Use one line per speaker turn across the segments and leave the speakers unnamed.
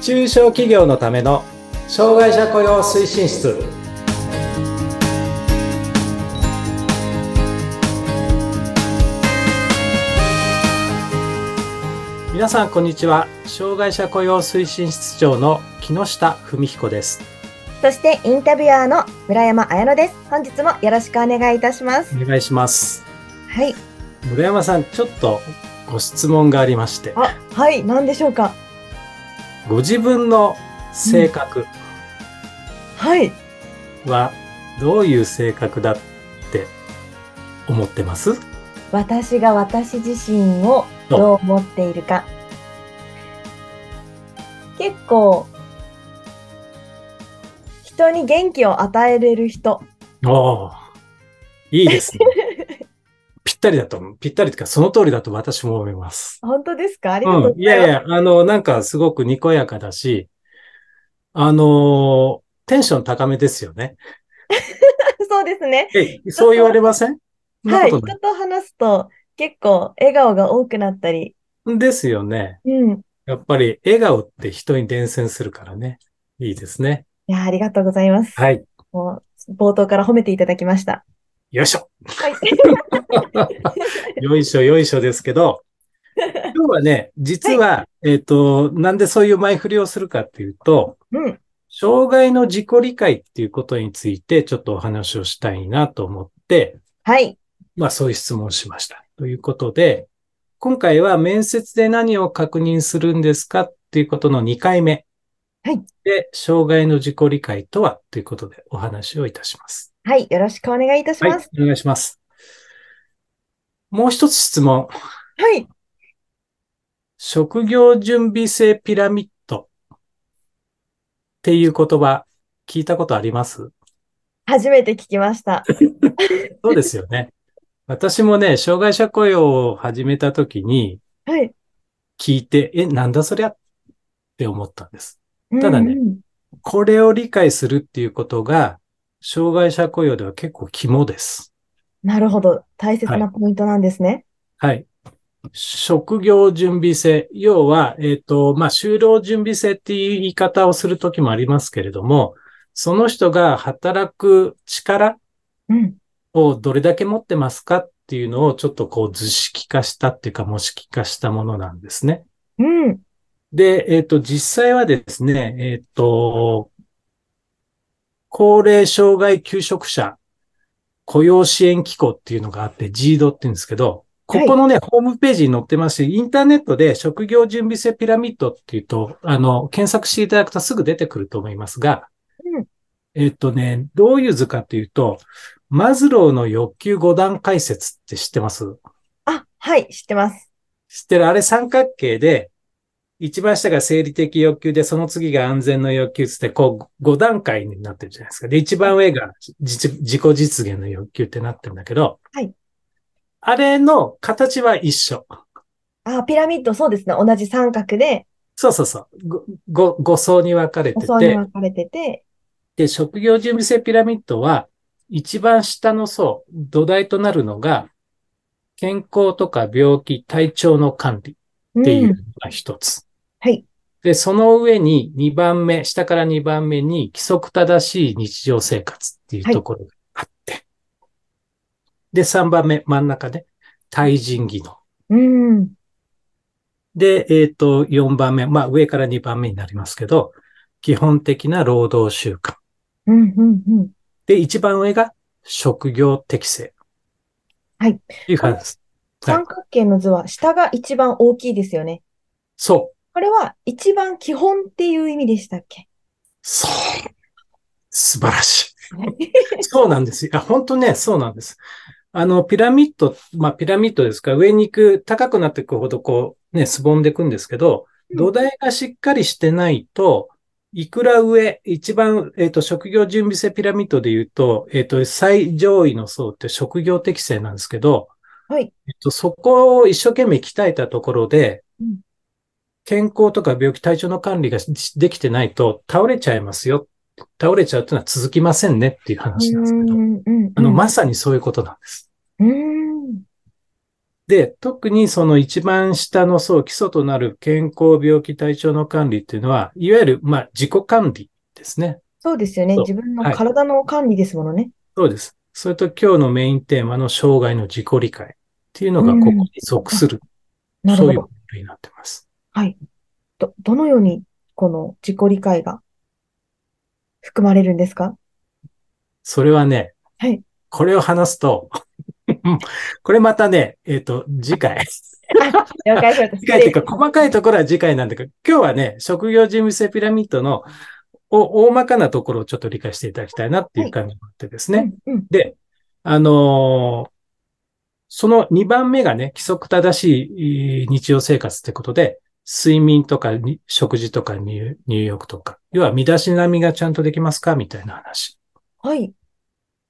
中小企業のための障害者雇用推進室皆さんこんにちは障害者雇用推進室長の木下文彦です
そしてインタビュアーの村山彩乃です。本日もよろしくお願いいたします。
お願いします
はい。
村山さんちょっとご質問がありまして
あ、はい。何でしょうか
ご自分の性格
はい。
はどういう性格だって思ってます
私が私自身をどう思っているか。結構、人に元気を与えれる人。
おお、いいですね。 ぴったりだと思う、ぴったりというか、その通りだと私も思います。
本当ですかありがとうご
う
ざいます。
ん。いやいや、あの、なんかすごくにこやかだし、あのーテンション高めですよね。
そうですね。
え、そう言われませんそんな
はい。
こと
人
ない
と話すと結構笑顔が多くなったり。
ですよね。
うん。
やっぱり笑顔って人に伝染するからね。いいですね。
いや、ありがとうございます。
はい。
もう冒頭から褒めていただきました。
よい しょ。
はい。
よいしょよいしょですけ ど、今日はね、実は、えっ、と、なんでそういう前振りをするかっていうと、
うん。
障害の自己理解っていうことについてちょっとお話をしたいなと思って、
はい。
まあそういう質問をしました。ということで、今回は面接で何を確認するんですかっていうことの2回目。
はい。
で、障害の自己理解とはということでお話をいたします。
はい。よろしくお願いいたし
はい
ます。。
お願いします。もう一つ質問。
はい。
職業準備制ピラミッドっていう言葉、聞いたことあります
初めて聞きました。
そうですよね。私もね、障害者雇用を始めた時に
はい。
聞いて、え、なんだそりゃって思ったんです。ただね
うんうん
これを理解するっていうことが、障害者雇用では結構肝です。
なるほど。大切なポイントなんですね。
はい。職業準備制。要は、えっ、と、まあ、就労準備制っていう言い方をするときもありますけれども、その人が働く力
うん。
をどれだけ持ってますかっていうのをちょっとこう図式化したっていうか模式化したものなんですね。
うん。
で、えっ、と、実際はですね、えっ、と、高齢障害求職者雇用支援機構っていうのがあって、GED って言うんですけど、ここのね、ホームページに載ってますし、インターネットで職業準備制ピラミッドっていうと、あの、検索していただくとすぐ出てくると思いますが、
うん
えっとね、どういう図かというと、マズローの欲求5段階説って知ってます
あ、はい。知ってます。
知ってるあれ三角形で、一番下が生理的欲求で、その次が安全の欲求っつって、こう、5段階になってるじゃないですか。で、一番上が自自己実現の欲求ってなってるんだけど、
はい。
あれの形は一緒。
あ、ピラミッド、そうですね。同じ三角で、
そうそうそう。ごご5層に分かれ
舗
て
装に
て、
分かれてて、
で、職業準備制ピラミッドは、一番下の層、土台となるのが、健康とか病気、体調の管理。
う
っていうんの。が一つ。
はい。
で、その上に2番目、下から2番目に規則正しい日常生活っていうところがあって。で、3番目、真ん中ね、対人技能。
うん。
で、えっ、と、4番目、まあ上から2番目になりますけど、基本的な労働習慣。
うん。うん。うん。
で、一番上が職業適性。
はい
っていう感じです。はい
三。角形の図は下が一番大きいですよね。
そう。
これは一番基本っていう意味でしたっけ
そう。素晴らしい。 そうなんですよ。あ、本当ね、そうなんです。あの、ピラミッド、まあ、ピラミッドですから、上に行く、高くなっていくほど、こう、ね、すぼんでいくんですけど、
うん
土台がしっかりしてないと、いくら上、一番、えっ、と、職業準備制ピラミッドで言うと、えっ、と、最上位の層って職業適性なんですけど、
はい。
えっと、そこを一生懸命鍛えたところで
うん、
健康とか病気、体調の管理ができてないと倒れちゃいますよ。倒れちゃうというのは続きませんねっていう話なんですけど
う。んうんうん
あの、まさにそういうことなんです。
うん。
で、特にその一番下の層、基礎となる健康、病気、体調の管理っていうのは、いわゆる、まあ、自己管理ですね。
そうですよね。
そう
自分の
はい
体の管理ですものね。
そうです。それと今日のメインテーマの生涯の自己理解っていうのが
う
こ
ん
こに属する、
なる
そ
ほ
ういう
ど
分。類になってます。
はい。ど、どのように、この自己理解が含まれるんですか
それはね、
はい
これを話すと、 これまたね、えっ、と、次 回。
了解しました。
次回っていうか、
失礼
細かいところは次回なんだけど、今日はね、職業人物性ピラミッドのお大まかなところをちょっと理解していただきたいなっていう感じがあってですね。
うんうん。
で、あのーその2番目がね、規則正しいえー日常生活ってことで、睡眠とかに食事とか入入浴とか、要は身だしなみがちゃんとできますかみたいな話。
はい。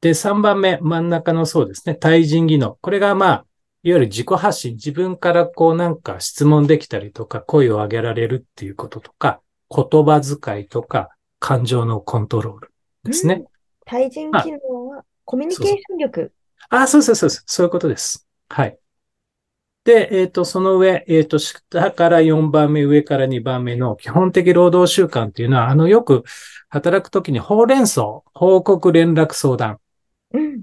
で、3番目、真ん中のそうですね、対人技能。これがまあ、いわゆる自己発信、自分からこうなんか質問できたりとか、声を上げられるっていうこととか、言葉遣いとか、感情のコントロールですね。
うん。対人機能は、コミュニケーション力。
あ、そうそうそうそう、そういうことです。はい。で、えっ、と、その上、えっ、と、下から4番目、上から2番目の基本的労働習慣っていうのは、あの、よく働くときに、ほうれん草、報告、連絡、相談。
うん。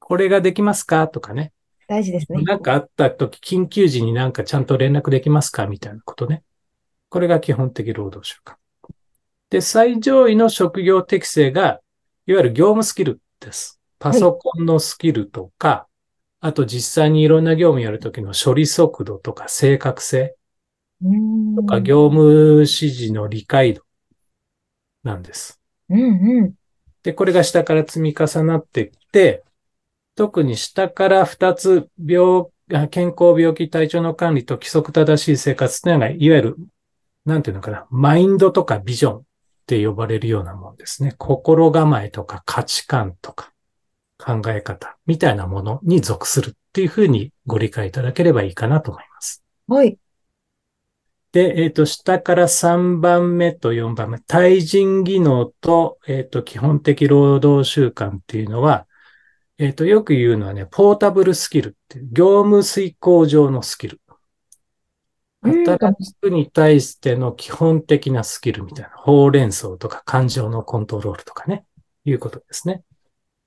これができますかとかね。
大事ですね。
なんかあったとき、緊急時になんかちゃんと連絡できますかみたいなことね。これが基本的労働習慣。で、最上位の職業適性が、いわゆる業務スキルです。パソコンのスキルとか、あと実際にいろんな業務やるときの処理速度とか正確性
うん。
とか、業務指示の理解度なんです。
うんうん。
で、これが下から積み重なってきて、特に下から2つ病、あ健康、病気、体調の管理と規則正しい生活というのが、いわゆる、なんていうのかな、マインドとかビジョンって呼ばれるようなものですね。心構えとか価値観とか考え方みたいなものに属するっていうふうにご理解いただければいいかなと思います。
はい。
で、えっ、と、下から3番目と4番目、対人技能と、えっ、と、基本的労働習慣っていうのは、えっ、と、よく言うのはね、ポータブルスキルっていう、業務遂行上のスキル。
うん
働くに対しての基本的なスキルみたいな、ほうれん草とか感情のコントロールとかね、いうことですね。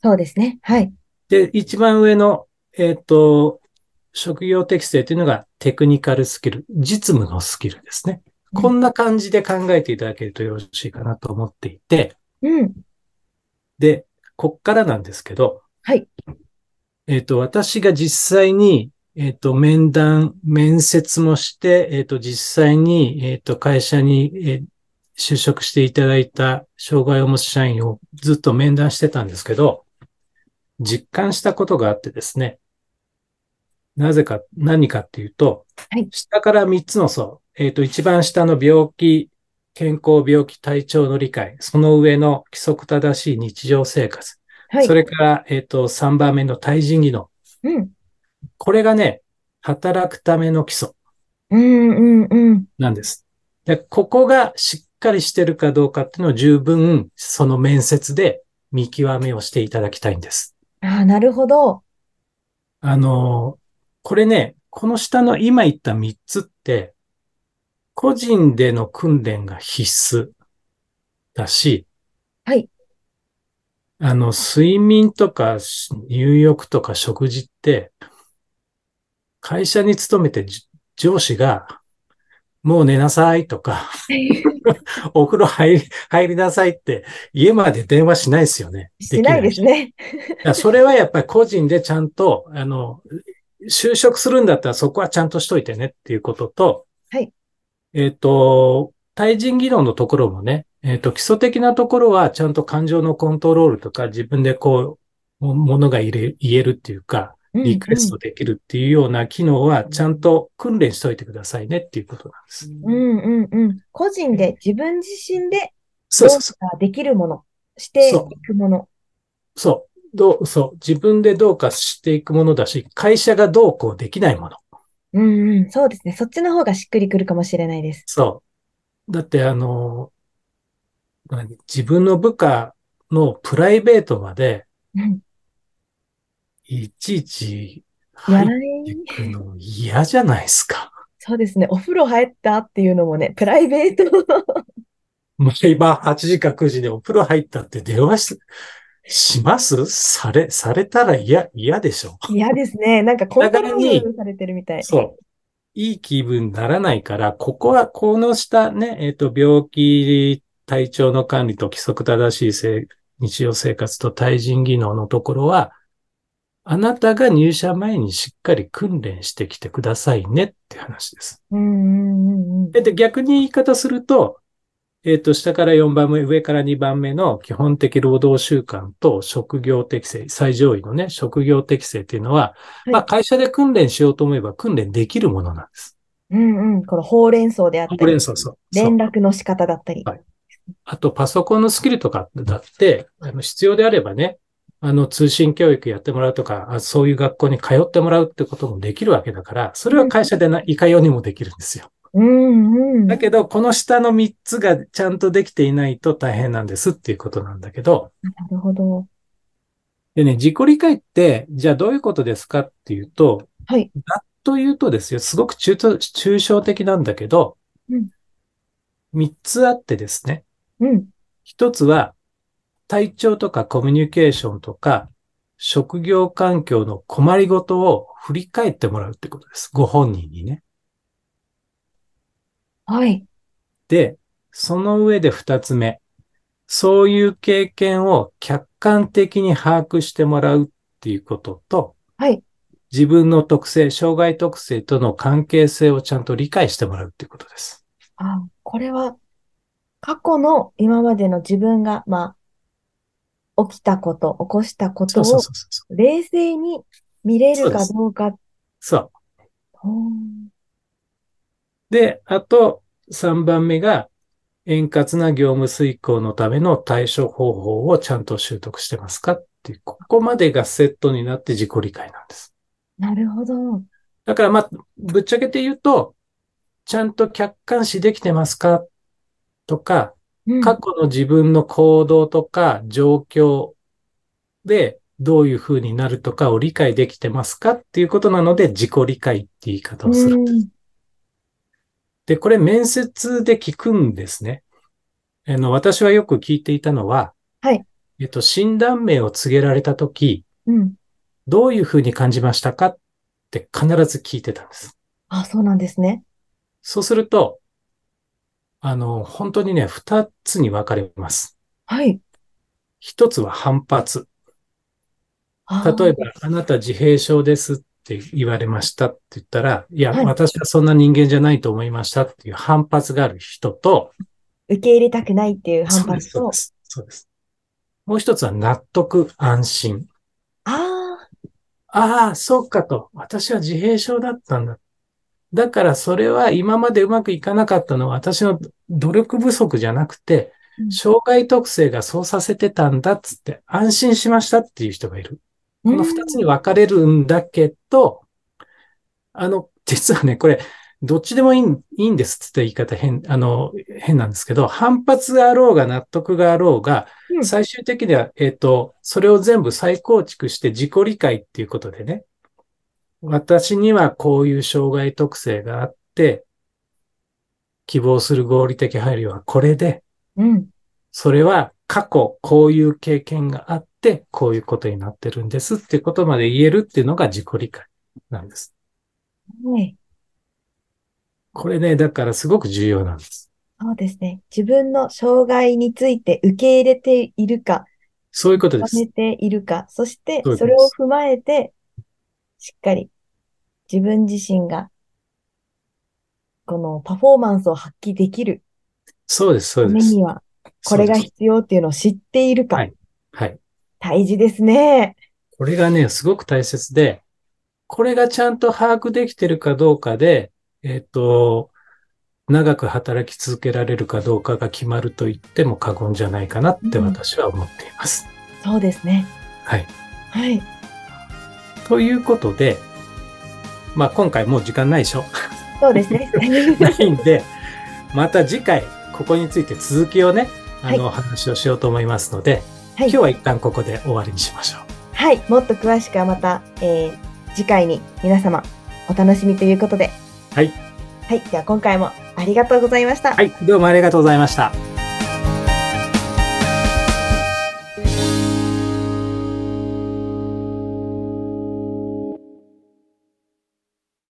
そうですね。はい。
で、一番上の、えっ、と、職業適性というのがテクニカルスキル、実務のスキルですね。こんな感じで考えていただけるとよろしいかなと思っていて、
うん。
で、こっからなんですけど、
はい。
えっ、と、私が実際に、えっ、と、面談、面接もして、えっ、と、実際に、えっ、と、会社に、えー就職していただいた障害を持つ社員をずっと面談してたんですけど、実感したことがあってですね、なぜか、何かっていうと、
はい
下から3つの層、えっ、と、一番下の病気、健康、病気、体調の理解、その上の規則正しい日常生活、
はい。
それから、えっ、と、3番目の対人技能、
うん。
これがね、働くための基礎
うんうんうん。
なんです。で、ここがしっかりしてるかどうかっていうのを十分、その面接で見極めをしていただきたいんです。
ああ、なるほど。
あのーこれね、この下の今言った3つって、個人での訓練が必須だし、
はい。
あの、睡眠とか入浴とか食事って、会社に勤めてじ上司が、もう寝なさいとか、 お風呂入り、入りなさいって、家まで電話しないですよね。
しないです
ね。
ね。
いやそれはやっぱり個人でちゃんと、あの、就職するんだったらそこはちゃんとしといてねっていうことと、
はい。
えっと、対人技能のところもね、えっと、基礎的なところはちゃんと感情のコントロールとか自分でこう、もものが入れ言えるっていうか、
うん
リクエストできるっていうような機能はちゃんと訓練しといてくださいねっていうことなんです。
うんうんうん。個人で、自分自身で、
そうそうそう。
ができるもの、していくもの。
そう。どう、そう。自分でどうかしていくものだし、会社がどうこうできないもの。
うんうん。そうですね。そっちの方がしっくりくるかもしれないです。
そう。だって、あの、何自分の部下のプライベートまで、
うん。
いちいち入っ
やらない
て。いくの嫌じゃないですか。
そうですね。お風呂入ったっていうのもね、プライベー ト
毎晩8時か9時でお風呂入ったって電話し、しますされ、されたら嫌、嫌でしょ。
嫌ですね。なんかコントロールされてるみたい。
そう。いい気分にならないから、ここは、この下ね、えっ、と、病気、体調の管理と規則正しいせい日常生活と対人技能のところは、あなたが入社前にしっかり訓練してきてくださいねって話です。
うんうんうんうん。
えで、逆に言い方すると、えっ、と、下から4番目、上から2番目の基本的労働習慣と職業適性、最上位のね、職業適性っていうのは、
い
まあ会社で訓練しようと思えば訓練できるものなんです。
うんうん。このほうれん草であった
ほうれん
り、
草そう。そう
連絡の仕方だったり。
はいあとパソコンのスキルとかだって、あの必要であればね、あの通信教育やってもらうとか、あそういう学校に通ってもらうってこともできるわけだから、それは会社でないかようにもできるんですよ。
うんうん。
だけど、この下の3つがちゃんとできていないと大変なんですっていうことなんだけど、
なるほど。
でね、自己理解って、じゃあどういうことですかっていうと、
はい。
ざっと言うとですよ、すごく中途抽象的なんだけど、
うん
3つあってですね、
うん。
一つは、体調とかコミュニケーションとか、職業環境の困りごとを振り返ってもらうってことです。ご本人にね。
はい。
で、その上で二つ目。そういう経験を客観的に把握してもらうっていうことと、
はい。
自分の特性、障害特性との関係性をちゃんと理解してもらうっていうことです。
あ、これは、過去の今までの自分が、まあ、起きたこと、起こしたこと
そうそう
を
そうそう。
冷静に見れるか
そ
どうか。
そう。
ほう
で、あと3番目が、円滑な業務遂行のための対処方法をちゃんと習得してますかっていう、ここまでがセットになって自己理解なんです。
なるほど。
だから、まあ、ぶっちゃけて言うと、ちゃんと客観視できてますかとか、
うん
過去の自分の行動とか状況でどういう風になるとかを理解できてますかっていうことなので、自己理解って言い方をする。
うん
で、これ面接で聞くんですね。あの、私はよく聞いていたのは、
はい。
えっと、診断名を告げられたとき、
うん。
どういうふうに感じましたかって必ず聞いてたんです。
あ、そうなんですね。
そうすると、あの、本当にね、二つに分かれます。
はい。
一つは反発。
あ
例
ー
えば、あなた自閉症ですって言われましたって言ったら、いや、
はい
私はそんな人間じゃないと思いましたっていう反発がある人と、
受け入れたくないっていう反
そうです
発と、
そうです。そうです。もう一つは納得、安心。
あ
ああ、そうかと。私は自閉症だったんだ。だからそれは今までうまくいかなかったのは私の努力不足じゃなくて
う、ん
障害特性がそうさせてたんだっつって安心しましたっていう人がいる。
あ、
この二つに分かれるんだけど、あの、実はね、これ、どっちでもいいんいいんですって言い方変、あの、変なんですけど、反発があろうが納得があろうが
う、ん
最終的には、えっ、と、それを全部再構築して自己理解っていうことでね、私にはこういう障害特性があって、希望する合理的配慮はこれで、
うん。
それは過去こういう経験があって、こういうことになってるんですっていうことまで言えるっていうのが自己理解なんです。
はい。
これね、だからすごく重要なんです。
そうですね。自分の障害について受け入れているか、
そういうことで
認
す
め。ているか、そして
そうです
それを踏まえて、しっかり自分自身が、このパフォーマンスを発揮できる
そうです、そ
た
うで
め
す
に。は、これが
そうです
必要っていうのを知っているか、
はいはい。
大事ですね。
これがね、すごく大切で、これがちゃんと把握できてるかどうかで、えっ、と、長く働き続けられるかどうかが決まると言っても過言じゃないかなって私は思っています。
そうですね。
はい。
はい。
ということで、まあ今回もう時間ないでしょ
そうですね。
ないんで、また次回、ここについて続きをね、あの、お話をしようと思いますので、
は
今
い
日は一旦ここで終わりにしましょう。
はい。もっと詳しくはまた、えー次回に皆様お楽しみということで。
はい。
はい。では今回もありがとうございました。
はい、どうもありがとうございました。